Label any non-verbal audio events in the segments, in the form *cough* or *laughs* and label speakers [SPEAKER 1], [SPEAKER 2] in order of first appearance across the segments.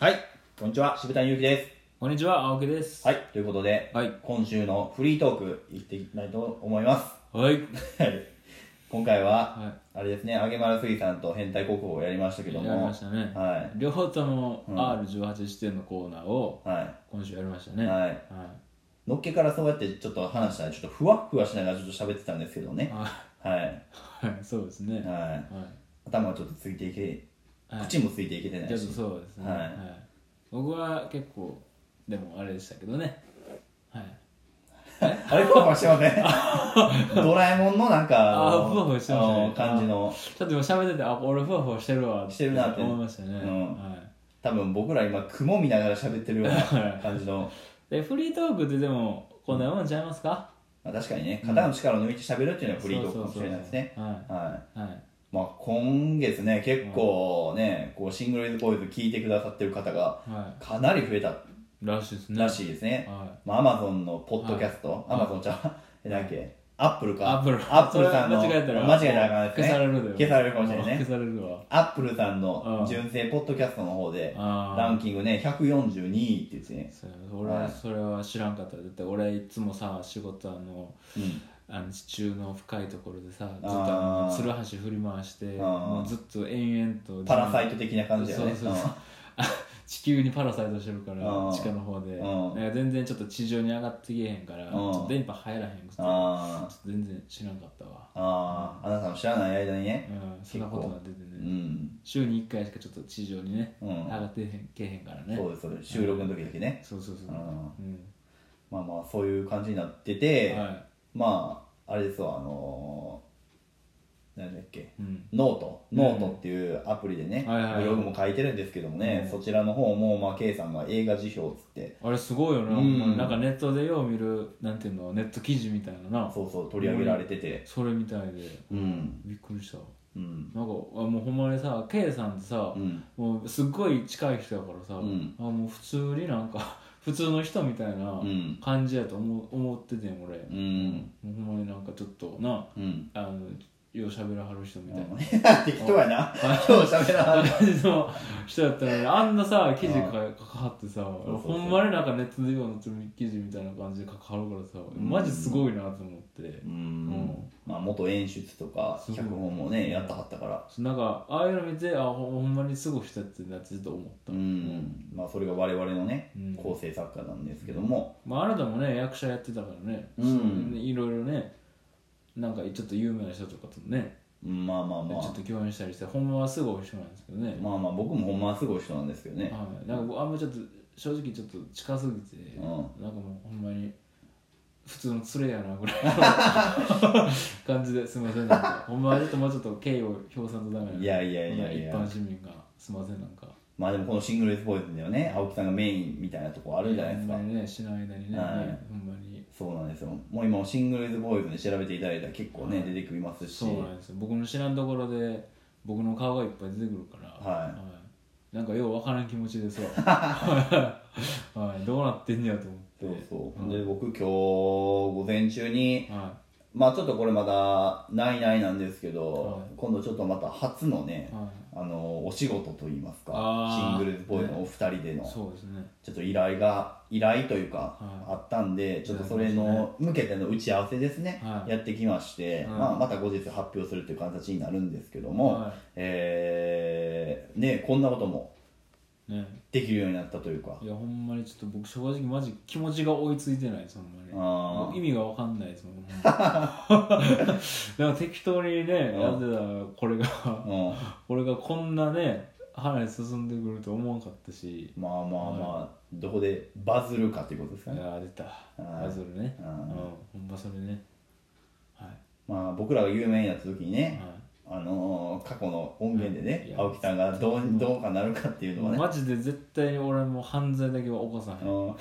[SPEAKER 1] はい、こんにちは、渋谷祐希で
[SPEAKER 2] こんにちは、青木です。
[SPEAKER 1] す。はい、ということで、
[SPEAKER 2] はい
[SPEAKER 1] 今週のフリートーク、行っていきたいと思いま
[SPEAKER 2] はい。はい。
[SPEAKER 1] す。 *laughs* はい、今回は、
[SPEAKER 2] や
[SPEAKER 1] あれですね、あげまる水産と変態国宝をやりましたけ
[SPEAKER 2] り
[SPEAKER 1] ども、
[SPEAKER 2] ましたね。
[SPEAKER 1] は
[SPEAKER 2] 両方とも
[SPEAKER 1] うん
[SPEAKER 2] R18 視点のコーナーを
[SPEAKER 1] い、は
[SPEAKER 2] 今週やりました
[SPEAKER 1] い、
[SPEAKER 2] ね。は
[SPEAKER 1] はい。のっけからそうやってちょっと話したら、ちょっとふわっふわしながらちょっと喋ってたんですけど
[SPEAKER 2] い。
[SPEAKER 1] ね。
[SPEAKER 2] あ
[SPEAKER 1] はい、
[SPEAKER 2] はい、 *laughs* そうですね。は
[SPEAKER 1] はい。
[SPEAKER 2] い。
[SPEAKER 1] 頭はちょっとついていけ、
[SPEAKER 2] はい
[SPEAKER 1] 口もついていけてな
[SPEAKER 2] ちょ
[SPEAKER 1] い
[SPEAKER 2] っと
[SPEAKER 1] し。
[SPEAKER 2] そうですね。
[SPEAKER 1] は
[SPEAKER 2] はいい。僕は結構、でもあれでしたけどね。はい。
[SPEAKER 1] *laughs* あれ、ふわふわしてますね。ドラえもんのなんか、
[SPEAKER 2] あ
[SPEAKER 1] の
[SPEAKER 2] ふわふわしてましたね
[SPEAKER 1] あの感じの。
[SPEAKER 2] ちょっと今喋ってて、あ、俺ふわふわしてるわっ
[SPEAKER 1] してるなって
[SPEAKER 2] 思いましたね。
[SPEAKER 1] うん
[SPEAKER 2] はい。
[SPEAKER 1] 多分僕ら今雲見ながら喋ってるような感じの
[SPEAKER 2] で、フリートークってでも、こんなもんちゃいますか
[SPEAKER 1] まあ確かにね肩の力を抜いて喋るっていうのはフリートークかもし
[SPEAKER 2] そう
[SPEAKER 1] れ
[SPEAKER 2] そう
[SPEAKER 1] ないですね
[SPEAKER 2] そうは
[SPEAKER 1] はい
[SPEAKER 2] い。はい。
[SPEAKER 1] いまあ今月ね結構ねこうシングルイズボーイズ聞いてくださってる方が
[SPEAKER 2] は
[SPEAKER 1] かなり増えた
[SPEAKER 2] い。らしいですね。
[SPEAKER 1] らしいですね
[SPEAKER 2] は
[SPEAKER 1] まあアマゾンのポッドキャストアマゾンちゃんえなんだっけアップル
[SPEAKER 2] ア
[SPEAKER 1] か
[SPEAKER 2] ップル。
[SPEAKER 1] アップルさんの
[SPEAKER 2] それ間違えたら。
[SPEAKER 1] 間違えたらあかんやつね
[SPEAKER 2] 消されるで
[SPEAKER 1] 消されるかもしれないね
[SPEAKER 2] 消されるわ。
[SPEAKER 1] アップルさんの
[SPEAKER 2] うん
[SPEAKER 1] 純正ポッドキャストの方で
[SPEAKER 2] あー
[SPEAKER 1] ランキングね142位って言ってね
[SPEAKER 2] そう俺
[SPEAKER 1] は
[SPEAKER 2] はいそれは知らんかった。だって俺いつもさ、仕事あの、
[SPEAKER 1] うん
[SPEAKER 2] あの地中の深いところでさ、ずっと
[SPEAKER 1] あー
[SPEAKER 2] あの、つるはし振り回して、
[SPEAKER 1] ー
[SPEAKER 2] もうずっと延々と。
[SPEAKER 1] パラサイト的な感じだよね
[SPEAKER 2] そうそうそうあ *laughs* 地球にパラサイトしてるから
[SPEAKER 1] うん
[SPEAKER 2] 地下の方で
[SPEAKER 1] うん
[SPEAKER 2] なんか全然ちょっと地上に上がってけへんから
[SPEAKER 1] ん
[SPEAKER 2] ちょっと電波入らへんくてち
[SPEAKER 1] うん
[SPEAKER 2] ょ
[SPEAKER 1] あ
[SPEAKER 2] っと全然知らんかったわ
[SPEAKER 1] ーあーあなたの知らない間にね
[SPEAKER 2] うんそんなことが出て
[SPEAKER 1] う
[SPEAKER 2] ね
[SPEAKER 1] ん
[SPEAKER 2] 週に1回しかちょっと地上にね、
[SPEAKER 1] うん
[SPEAKER 2] 上がってへんけへんからね
[SPEAKER 1] そうですそうです収録の時だけね、
[SPEAKER 2] そうそうそう
[SPEAKER 1] うん
[SPEAKER 2] うん
[SPEAKER 1] まあまあそういう感じになってて、
[SPEAKER 2] は
[SPEAKER 1] まああれですわあのー、何だっけ
[SPEAKER 2] いうん
[SPEAKER 1] ノートノートっていうアプリでね、
[SPEAKER 2] はいはいはい
[SPEAKER 1] ブログも書いてるんですけどもね、
[SPEAKER 2] うん
[SPEAKER 1] そちらの方も、まあ、K さんが映画辞表をつって
[SPEAKER 2] あれすごいよな、
[SPEAKER 1] うん
[SPEAKER 2] なんかネットでよう見るなんていうのネット記事みたいなな
[SPEAKER 1] そうそう取り上げられてて
[SPEAKER 2] それみたいで
[SPEAKER 1] うん
[SPEAKER 2] びっくりしたわ
[SPEAKER 1] うん
[SPEAKER 2] なんかあもうほんまにさ K さんってさ、
[SPEAKER 1] うん
[SPEAKER 2] もうすっごい近い人やからさ、
[SPEAKER 1] うん
[SPEAKER 2] あもう普通になんか *laughs* 普通の人みたいな
[SPEAKER 1] うん
[SPEAKER 2] 感じやと思う思っててん俺、
[SPEAKER 1] う
[SPEAKER 2] も
[SPEAKER 1] ん
[SPEAKER 2] うほんまになんかちょっとな
[SPEAKER 1] うん
[SPEAKER 2] あのよう喋らはる人みたいな、
[SPEAKER 1] 適当やな今日喋らな
[SPEAKER 2] 感じの人だったのにあんなさ記事書か書かはってさ
[SPEAKER 1] そうそう
[SPEAKER 2] ほんまになんかネットで今の記事みたいな感じで書かはるからさ
[SPEAKER 1] ん
[SPEAKER 2] マジすごいなと思って、
[SPEAKER 1] うん、
[SPEAKER 2] ん
[SPEAKER 1] まあ、元演出とか
[SPEAKER 2] すごい
[SPEAKER 1] 脚本もねやったはったから
[SPEAKER 2] なんかああいうの見てあほほんまにすごい人やってんなってちょっと思った、
[SPEAKER 1] うんまあ、それが我々のね、
[SPEAKER 2] うん
[SPEAKER 1] 構成作家なんですけども、
[SPEAKER 2] まあ、あなたもね役者やってたからね、
[SPEAKER 1] うん
[SPEAKER 2] いろいろねなんかちょっと有名な人とかともね、
[SPEAKER 1] まあまあま
[SPEAKER 2] ちょっ
[SPEAKER 1] あ
[SPEAKER 2] と共演したりしてほんまはすごい人なんですけどね、
[SPEAKER 1] まあまあ僕もほんまはすごい人なんですけどね、
[SPEAKER 2] はい、なんかあんまちょっと正直ちょっと近すぎて、
[SPEAKER 1] うん
[SPEAKER 2] なんかもうほんまに普通の連れや
[SPEAKER 1] *laughs*
[SPEAKER 2] なぐらいの感じですみませんなんかほんまはちょっともうちょっと敬意を表さんとダメない
[SPEAKER 1] やいやいやいや
[SPEAKER 2] こんな一般市民がすみませんなんか
[SPEAKER 1] まあでもこのシングルズボーイズではね青木さんがメインみたいなとこあるじゃないですか、
[SPEAKER 2] ほんまにねしない間にね、
[SPEAKER 1] はい
[SPEAKER 2] ほんまに
[SPEAKER 1] そうなんですよもう今シングルズボーイズに調べていただいたら結構ね、出てきますし
[SPEAKER 2] そうなんですよ僕の知らんところで僕の顔がいっぱい出てくるから
[SPEAKER 1] はい
[SPEAKER 2] なんかようわからん気持
[SPEAKER 1] *laughs*
[SPEAKER 2] ちですわ、はいはい、どうなってんねやと思って
[SPEAKER 1] そうそう、で僕今日午前中に
[SPEAKER 2] は
[SPEAKER 1] まあちょっとこれまだないないなんですけど、
[SPEAKER 2] はい
[SPEAKER 1] 今度ちょっとまた初のね
[SPEAKER 2] い、、はい、
[SPEAKER 1] あのお仕事といいますか
[SPEAKER 2] あ
[SPEAKER 1] シン
[SPEAKER 2] ー
[SPEAKER 1] グルズボーイズのお二人での、
[SPEAKER 2] そうですね
[SPEAKER 1] ちょっと依頼が依頼というか、
[SPEAKER 2] はい
[SPEAKER 1] あったんでちょっとそれの向けての打ち合わせですね、
[SPEAKER 2] はい
[SPEAKER 1] やってきまして、
[SPEAKER 2] うん
[SPEAKER 1] まあ、また後日発表するという形になるんですけども、
[SPEAKER 2] は
[SPEAKER 1] えーねこんなことも
[SPEAKER 2] いね
[SPEAKER 1] できるようになったというか
[SPEAKER 2] いやほんまにちょっと僕正直マジ気持ちが追いついてないですほんまに
[SPEAKER 1] あー
[SPEAKER 2] 意味がわかんないですもんほんまになんか適当にねやってたらこ *laughs* れが
[SPEAKER 1] うん
[SPEAKER 2] これがこんなね花に進んでくると思わなかったし
[SPEAKER 1] まあまあまあ、どこでバズるかということです
[SPEAKER 2] い
[SPEAKER 1] か
[SPEAKER 2] や
[SPEAKER 1] ね、
[SPEAKER 2] ー出た
[SPEAKER 1] ー
[SPEAKER 2] あそれね
[SPEAKER 1] う
[SPEAKER 2] うんんほんまそれねはい
[SPEAKER 1] まあ、僕らが有名になった時にね、
[SPEAKER 2] は
[SPEAKER 1] あのー過去の音源で
[SPEAKER 2] うん
[SPEAKER 1] ね
[SPEAKER 2] い、や
[SPEAKER 1] 青木さんがどうどうかなるかってい
[SPEAKER 2] いう
[SPEAKER 1] の
[SPEAKER 2] も
[SPEAKER 1] は
[SPEAKER 2] う
[SPEAKER 1] ね、
[SPEAKER 2] マジで絶対に俺もう犯罪だけは起こさへん、
[SPEAKER 1] うん
[SPEAKER 2] うん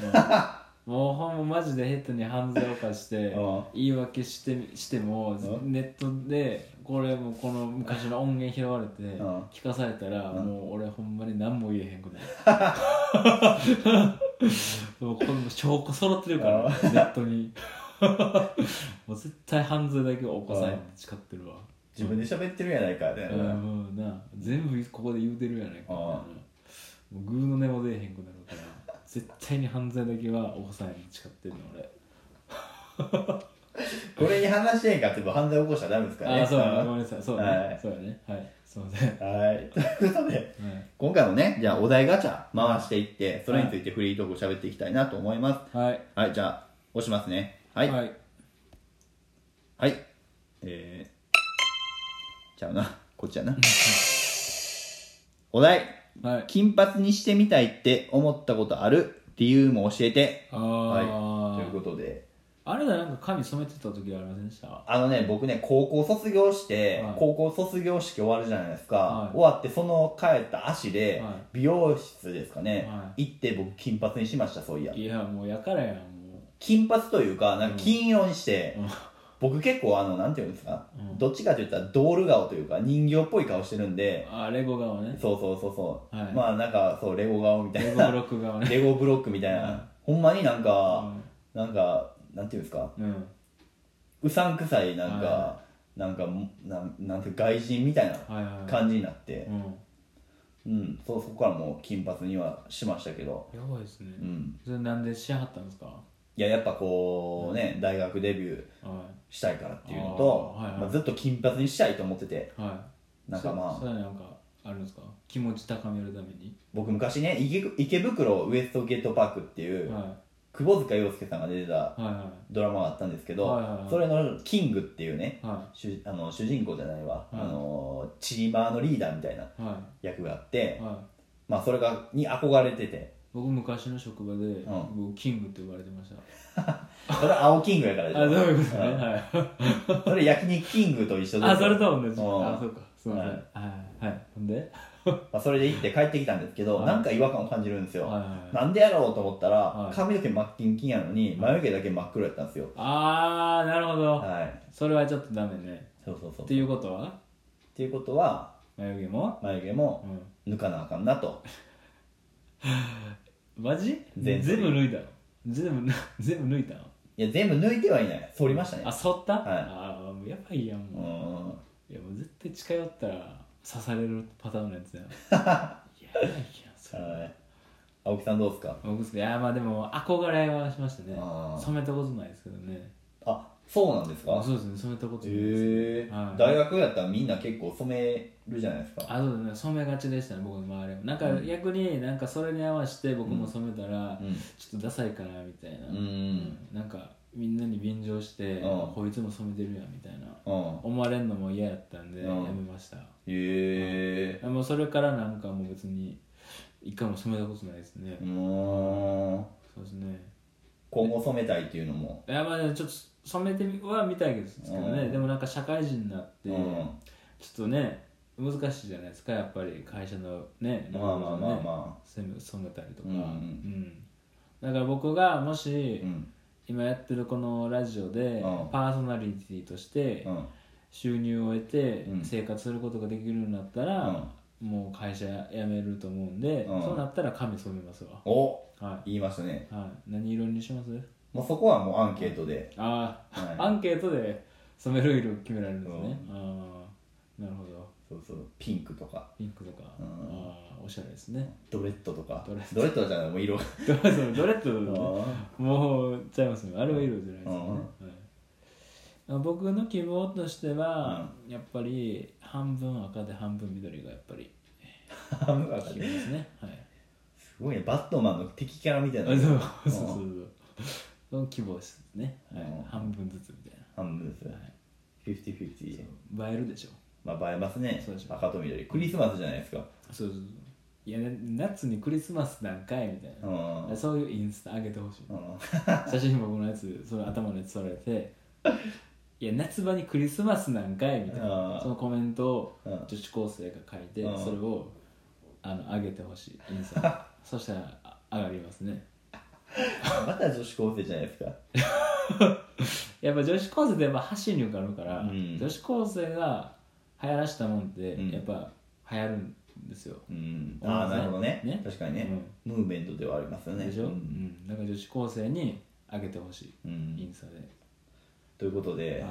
[SPEAKER 2] もうほんまマジでヘッドに犯罪を犯 *laughs* して
[SPEAKER 1] うん
[SPEAKER 2] 言い訳してしても
[SPEAKER 1] うん
[SPEAKER 2] ネットでこれもうこの昔の音源拾われて
[SPEAKER 1] ん
[SPEAKER 2] 聞かされたら
[SPEAKER 1] うん
[SPEAKER 2] もう俺ほんまに何も言えへんくなる
[SPEAKER 1] *laughs*
[SPEAKER 2] もうこれも証拠揃ってるから
[SPEAKER 1] う
[SPEAKER 2] ネット
[SPEAKER 1] *laughs*
[SPEAKER 2] にもう絶対犯罪だけは起こさへんって誓ってるわ
[SPEAKER 1] 自分で喋ってるやないかみたいな、
[SPEAKER 2] うん、うんな全部ここで言うてるやないかみたいな
[SPEAKER 1] あ
[SPEAKER 2] もうグーの根も出えへんくなるから絶対に犯罪だけはおさえに誓ってんの俺
[SPEAKER 1] これに話し合いかってば犯罪起こしたらダメですからね
[SPEAKER 2] ああそうだねごめんなさいそうだね、
[SPEAKER 1] はい
[SPEAKER 2] そうだねはいすいません、は
[SPEAKER 1] う
[SPEAKER 2] い、
[SPEAKER 1] んはい *laughs* ということで今回もねじゃあお題ガチャ回していってそれについてフリートーク喋っていきたいなと思います
[SPEAKER 2] はい
[SPEAKER 1] はい、じゃあ、押しますね。はい。はい。えー、ちゃうな。こっちや
[SPEAKER 2] *laughs*
[SPEAKER 1] な。お題。
[SPEAKER 2] はい
[SPEAKER 1] 金髪にしてみたいって思ったことある理由も教えて。
[SPEAKER 2] あ
[SPEAKER 1] はい。
[SPEAKER 2] あ、
[SPEAKER 1] ということで。
[SPEAKER 2] あれだなんか髪染めてた時ありませんでした
[SPEAKER 1] あのね、僕ね、高校卒業して、
[SPEAKER 2] はい
[SPEAKER 1] 高校卒業式終わるじゃないですか。
[SPEAKER 2] はい
[SPEAKER 1] 終わって、その帰った足で、
[SPEAKER 2] は
[SPEAKER 1] 美容室ですかね、
[SPEAKER 2] は
[SPEAKER 1] 行って僕金髪にしました、そういや。
[SPEAKER 2] いやもうやからやんも
[SPEAKER 1] 金髪というか、なんか金色にして、
[SPEAKER 2] う、うん
[SPEAKER 1] 僕結構あのなんていうんですか、
[SPEAKER 2] うん
[SPEAKER 1] どっちかといったらドール顔というか人形っぽい顔してるんで、
[SPEAKER 2] あレゴ
[SPEAKER 1] *laughs*
[SPEAKER 2] 顔ね
[SPEAKER 1] そうそうそうそう、
[SPEAKER 2] はい
[SPEAKER 1] まあなんかそうレゴ顔みた
[SPEAKER 2] レ
[SPEAKER 1] い
[SPEAKER 2] ゴブ
[SPEAKER 1] な
[SPEAKER 2] ロック顔
[SPEAKER 1] *laughs*
[SPEAKER 2] ね
[SPEAKER 1] レゴブロックみたいな、ほんまになんか、
[SPEAKER 2] う
[SPEAKER 1] なんかなんていうんですか
[SPEAKER 2] ん、うん、
[SPEAKER 1] うさんくさいなんか、
[SPEAKER 2] は
[SPEAKER 1] なんかもなんなんていう外人みたいな
[SPEAKER 2] はいはいはい
[SPEAKER 1] 感じになって
[SPEAKER 2] う、ん
[SPEAKER 1] うんそうそこからもう金髪にはしましたけど、
[SPEAKER 2] やばいですね、
[SPEAKER 1] うん、
[SPEAKER 2] それなんでしはったんですか
[SPEAKER 1] いややっぱこうね、大学デビュー
[SPEAKER 2] は
[SPEAKER 1] したいからっていうのと
[SPEAKER 2] あーはいはい
[SPEAKER 1] まあ、ずっと金髪にしたいと思ってて
[SPEAKER 2] いは
[SPEAKER 1] なんかまあ
[SPEAKER 2] そそういうのなんかあるんですか気持ち高めるために
[SPEAKER 1] 僕昔ね池池袋ウエストゲートパークっていう、
[SPEAKER 2] は
[SPEAKER 1] 久保塚洋介さんが出てた
[SPEAKER 2] いはいは
[SPEAKER 1] ドラマがあったんですけど、
[SPEAKER 2] はいはいはい
[SPEAKER 1] それのキングっていうね
[SPEAKER 2] いは
[SPEAKER 1] 主あの主人公じゃないわ、
[SPEAKER 2] い
[SPEAKER 1] あのチーマーのリーダーみたいない
[SPEAKER 2] は
[SPEAKER 1] 役があって
[SPEAKER 2] い、はい
[SPEAKER 1] まあ、それがに憧れてて
[SPEAKER 2] 僕昔の職場で、
[SPEAKER 1] ん
[SPEAKER 2] 僕キングって呼ばれてました
[SPEAKER 1] それは青キングやからでしょ
[SPEAKER 2] あそういうことね
[SPEAKER 1] うん
[SPEAKER 2] はい
[SPEAKER 1] それ焼肉キングと一緒で
[SPEAKER 2] あそれと同じ
[SPEAKER 1] うん
[SPEAKER 2] あそうかすいま
[SPEAKER 1] は
[SPEAKER 2] せん
[SPEAKER 1] い
[SPEAKER 2] はいはいほんで *laughs*
[SPEAKER 1] まあ、それで行って帰ってきたんですけど、
[SPEAKER 2] はい
[SPEAKER 1] なんか違和感を感じるんですよ、
[SPEAKER 2] はいはい
[SPEAKER 1] なんでやろうと思ったら、
[SPEAKER 2] はい
[SPEAKER 1] 髪の毛真っ金金やのに眉毛だけ真っ黒やったんですよ
[SPEAKER 2] あーなるほど、
[SPEAKER 1] はい
[SPEAKER 2] それはちょっとダメね
[SPEAKER 1] そうそうそう
[SPEAKER 2] っていうことは
[SPEAKER 1] っていうことは
[SPEAKER 2] 眉毛も、
[SPEAKER 1] 眉毛も
[SPEAKER 2] う
[SPEAKER 1] 抜かなあかんなと
[SPEAKER 2] ん、マジ
[SPEAKER 1] 全
[SPEAKER 2] 全
[SPEAKER 1] 部
[SPEAKER 2] 部抜いたの全部 *laughs* 全部抜いたの
[SPEAKER 1] いや全部抜いてはいない剃りましたね
[SPEAKER 2] あ剃った、
[SPEAKER 1] はい
[SPEAKER 2] あーもうやばいや
[SPEAKER 1] う
[SPEAKER 2] んもう、
[SPEAKER 1] ん
[SPEAKER 2] いやもう絶対近寄ったら刺されるパターンのやつ *laughs* やいやいやそれ
[SPEAKER 1] はい青木さんどうですか
[SPEAKER 2] 僕っすかいやまあでも憧れはしましたね
[SPEAKER 1] あー
[SPEAKER 2] 染めたことないですけどね
[SPEAKER 1] あそうなんですか
[SPEAKER 2] そうですね染めたこと
[SPEAKER 1] へ
[SPEAKER 2] ないです、
[SPEAKER 1] え
[SPEAKER 2] はい
[SPEAKER 1] 大学やったらみんな結構染めるじゃないですか
[SPEAKER 2] あそうですね染めがちでしたね僕の周りもなんか
[SPEAKER 1] うん
[SPEAKER 2] 逆になんかそれに合わせて僕も染めたら、
[SPEAKER 1] うん
[SPEAKER 2] ちょっとダサいかなみたいな、
[SPEAKER 1] うん
[SPEAKER 2] なんかみんなに便乗して、
[SPEAKER 1] ん
[SPEAKER 2] こいつも染めてるやんみたいな
[SPEAKER 1] うん
[SPEAKER 2] 思われるのも嫌やったんで、
[SPEAKER 1] うん
[SPEAKER 2] やめました
[SPEAKER 1] へえ
[SPEAKER 2] もうそれからなんかもう別に一回も染めたことないですね、
[SPEAKER 1] うーん
[SPEAKER 2] そうですね
[SPEAKER 1] 今後染めたいっていうのも
[SPEAKER 2] いやまあねちょっと染めては見たいですけどね、
[SPEAKER 1] うん
[SPEAKER 2] でもなんか社会人になって、
[SPEAKER 1] うん
[SPEAKER 2] ちょっとね難しいじゃないですかやっぱり会社のね
[SPEAKER 1] まあまあまあま
[SPEAKER 2] 染め染めたりとか、
[SPEAKER 1] うんうん
[SPEAKER 2] うんだから僕がもし、
[SPEAKER 1] あうん
[SPEAKER 2] 今やってるこのラジオで
[SPEAKER 1] うん
[SPEAKER 2] パーソナリティとして
[SPEAKER 1] うん
[SPEAKER 2] 収入を得て
[SPEAKER 1] うん
[SPEAKER 2] 生活することができるようになったらもう会社辞めると思うんで
[SPEAKER 1] うん
[SPEAKER 2] そうなったら髪染めますわ
[SPEAKER 1] お
[SPEAKER 2] は
[SPEAKER 1] 言いましたね
[SPEAKER 2] い、はい、何色にします
[SPEAKER 1] もうそこはもうアンケートで
[SPEAKER 2] ああ、
[SPEAKER 1] はい
[SPEAKER 2] アンケートで染める色を決められるんですね
[SPEAKER 1] う
[SPEAKER 2] ああなるほど
[SPEAKER 1] そうそうピンクとか
[SPEAKER 2] ピンクとか
[SPEAKER 1] うん
[SPEAKER 2] ああおしゃれですね *laughs*
[SPEAKER 1] ドレッドとか
[SPEAKER 2] ドレ
[SPEAKER 1] ドレッドじゃないもう色が
[SPEAKER 2] ドレッドドレッドね
[SPEAKER 1] *laughs*
[SPEAKER 2] もうちゃいますねあれは色じゃないですよね、
[SPEAKER 1] うん
[SPEAKER 2] はい、僕の希望としては、やっぱり半分赤で半分緑がやっぱり
[SPEAKER 1] ハムが
[SPEAKER 2] 希望ですねはい
[SPEAKER 1] すごいねバットマンの敵キャラみたいな
[SPEAKER 2] あ
[SPEAKER 1] *laughs*
[SPEAKER 2] そうそうそうそうその希望ですね、はい
[SPEAKER 1] うん
[SPEAKER 2] 半分ずつみたいな
[SPEAKER 1] 半分ですね50-50
[SPEAKER 2] 映えるでしょ
[SPEAKER 1] まあ映えますね
[SPEAKER 2] そうでしょ
[SPEAKER 1] 赤と緑クリスマスじゃないですか
[SPEAKER 2] そうそうそういや夏にクリスマスなんかいみたいな
[SPEAKER 1] う、んう
[SPEAKER 2] *laughs*
[SPEAKER 1] ん
[SPEAKER 2] そういうインスタ上げてほしい、写真もこのやつその頭のやつ撮られて「いや夏場にクリスマスなんかい」みたい
[SPEAKER 1] あ
[SPEAKER 2] な
[SPEAKER 1] ー
[SPEAKER 2] そのコメントを
[SPEAKER 1] うん
[SPEAKER 2] 女子高生が書いて
[SPEAKER 1] うん
[SPEAKER 2] それをあの上げてほしいインスタに
[SPEAKER 1] *laughs*
[SPEAKER 2] そしたらあ上がりますね
[SPEAKER 1] また女子高生じゃないですか
[SPEAKER 2] やっぱ女子高生ってやっぱ発信力あるから、
[SPEAKER 1] うん
[SPEAKER 2] 女子高生が流行らしたもんって
[SPEAKER 1] うん
[SPEAKER 2] やっぱ流行るんですよ、
[SPEAKER 1] うんああなるほどね
[SPEAKER 2] ね
[SPEAKER 1] 確かにねムーブメントではありますよね
[SPEAKER 2] でしょ、う
[SPEAKER 1] うん
[SPEAKER 2] ん、だから女子高生に上げてほしい、
[SPEAKER 1] うん
[SPEAKER 2] インスタで
[SPEAKER 1] ということで、
[SPEAKER 2] は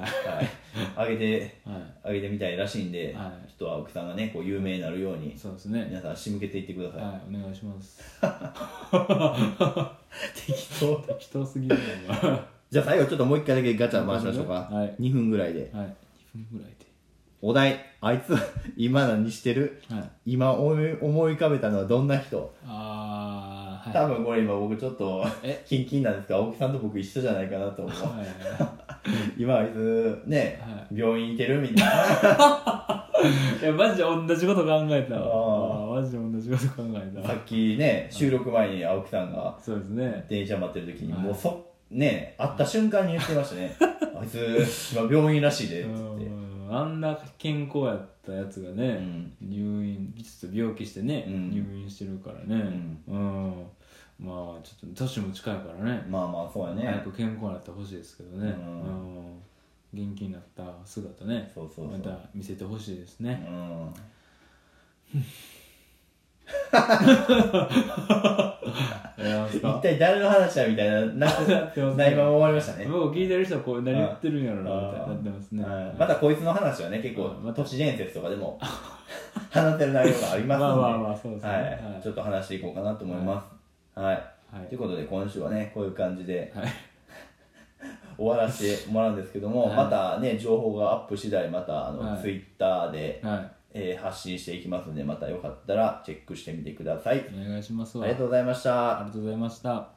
[SPEAKER 1] はい、上げて、
[SPEAKER 2] は
[SPEAKER 1] 上げてみたいらしいんで、
[SPEAKER 2] はい
[SPEAKER 1] ちょっと青木さんがね、こう有名になるように
[SPEAKER 2] い、そうですね
[SPEAKER 1] 皆さん仕向けていってください。
[SPEAKER 2] はいお願いします
[SPEAKER 1] 適当。
[SPEAKER 2] 適当すぎるな今
[SPEAKER 1] じゃあ最後ちょっともう一回だけガチャ回しましょうか。
[SPEAKER 2] はい
[SPEAKER 1] 2分ぐらいで。 *laughs*
[SPEAKER 2] はい2分ぐらいで
[SPEAKER 1] お題、あいつ、今何してる
[SPEAKER 2] はい
[SPEAKER 1] 今思い思い浮かべたのはどんな人、
[SPEAKER 2] ああはい
[SPEAKER 1] 多分これ今僕ちょっと
[SPEAKER 2] え、
[SPEAKER 1] *laughs* キンキンなんですが、青木さんと僕一緒じゃないかなと思う。
[SPEAKER 2] はいは
[SPEAKER 1] 今あいつ、ね、
[SPEAKER 2] は
[SPEAKER 1] 病院行けるみたいな。
[SPEAKER 2] いいやマジで同じこと考えた
[SPEAKER 1] あ
[SPEAKER 2] わあーマジで同じこと考えた
[SPEAKER 1] さ
[SPEAKER 2] わ
[SPEAKER 1] っきね、収録前に青木さんが
[SPEAKER 2] そうですね
[SPEAKER 1] 電車待ってる時に、
[SPEAKER 2] はい
[SPEAKER 1] もうそ、ね、会った瞬間に言ってましたね。
[SPEAKER 2] *laughs*
[SPEAKER 1] あいつ、今病院らしいで、つ
[SPEAKER 2] う
[SPEAKER 1] って。
[SPEAKER 2] んあんな健康やったやつが
[SPEAKER 1] う
[SPEAKER 2] ね、
[SPEAKER 1] ん。
[SPEAKER 2] 入院ちょっと病気してね、
[SPEAKER 1] うん
[SPEAKER 2] 入院してるからねうん、まあちょっと年も近いからね
[SPEAKER 1] まあまあ、そうや
[SPEAKER 2] 早
[SPEAKER 1] ね。
[SPEAKER 2] く健康になってほしいですけど
[SPEAKER 1] う
[SPEAKER 2] ね、うんん元気になった姿ね
[SPEAKER 1] そうそうそう
[SPEAKER 2] また見せてほしいです
[SPEAKER 1] う
[SPEAKER 2] ね、
[SPEAKER 1] ん。
[SPEAKER 2] ありがとうございます *laughs*
[SPEAKER 1] 一
[SPEAKER 2] か
[SPEAKER 1] 体誰の話だみたいな、な、
[SPEAKER 2] ってますね
[SPEAKER 1] 内容終わりましたね。
[SPEAKER 2] 僕聞いてる人はこう何言ってるんやろなみたい
[SPEAKER 1] あ
[SPEAKER 2] に
[SPEAKER 1] ー
[SPEAKER 2] なってますね
[SPEAKER 1] はいまたこいつの話はね、結構
[SPEAKER 2] うんま、た
[SPEAKER 1] 都市伝説とかで
[SPEAKER 2] *laughs*
[SPEAKER 1] も、話せる内容があり
[SPEAKER 2] ま
[SPEAKER 1] ま
[SPEAKER 2] あ
[SPEAKER 1] すので、
[SPEAKER 2] まあまあそうですね
[SPEAKER 1] は
[SPEAKER 2] はいい、
[SPEAKER 1] ちょっと話していこうかなと思います。はい。
[SPEAKER 2] はい
[SPEAKER 1] ということで、今週はね、こういう感じで
[SPEAKER 2] はい
[SPEAKER 1] 終わらせてもらうんですけども、
[SPEAKER 2] はい
[SPEAKER 1] またね、情報がアップ次第、また、あの、
[SPEAKER 2] はい
[SPEAKER 1] ツイッターで、
[SPEAKER 2] は
[SPEAKER 1] えー発信していきますので、またよかったらチェックしてみてください。
[SPEAKER 2] い、お願いします
[SPEAKER 1] あ
[SPEAKER 2] わ
[SPEAKER 1] りがとうございました
[SPEAKER 2] あり。がとうございました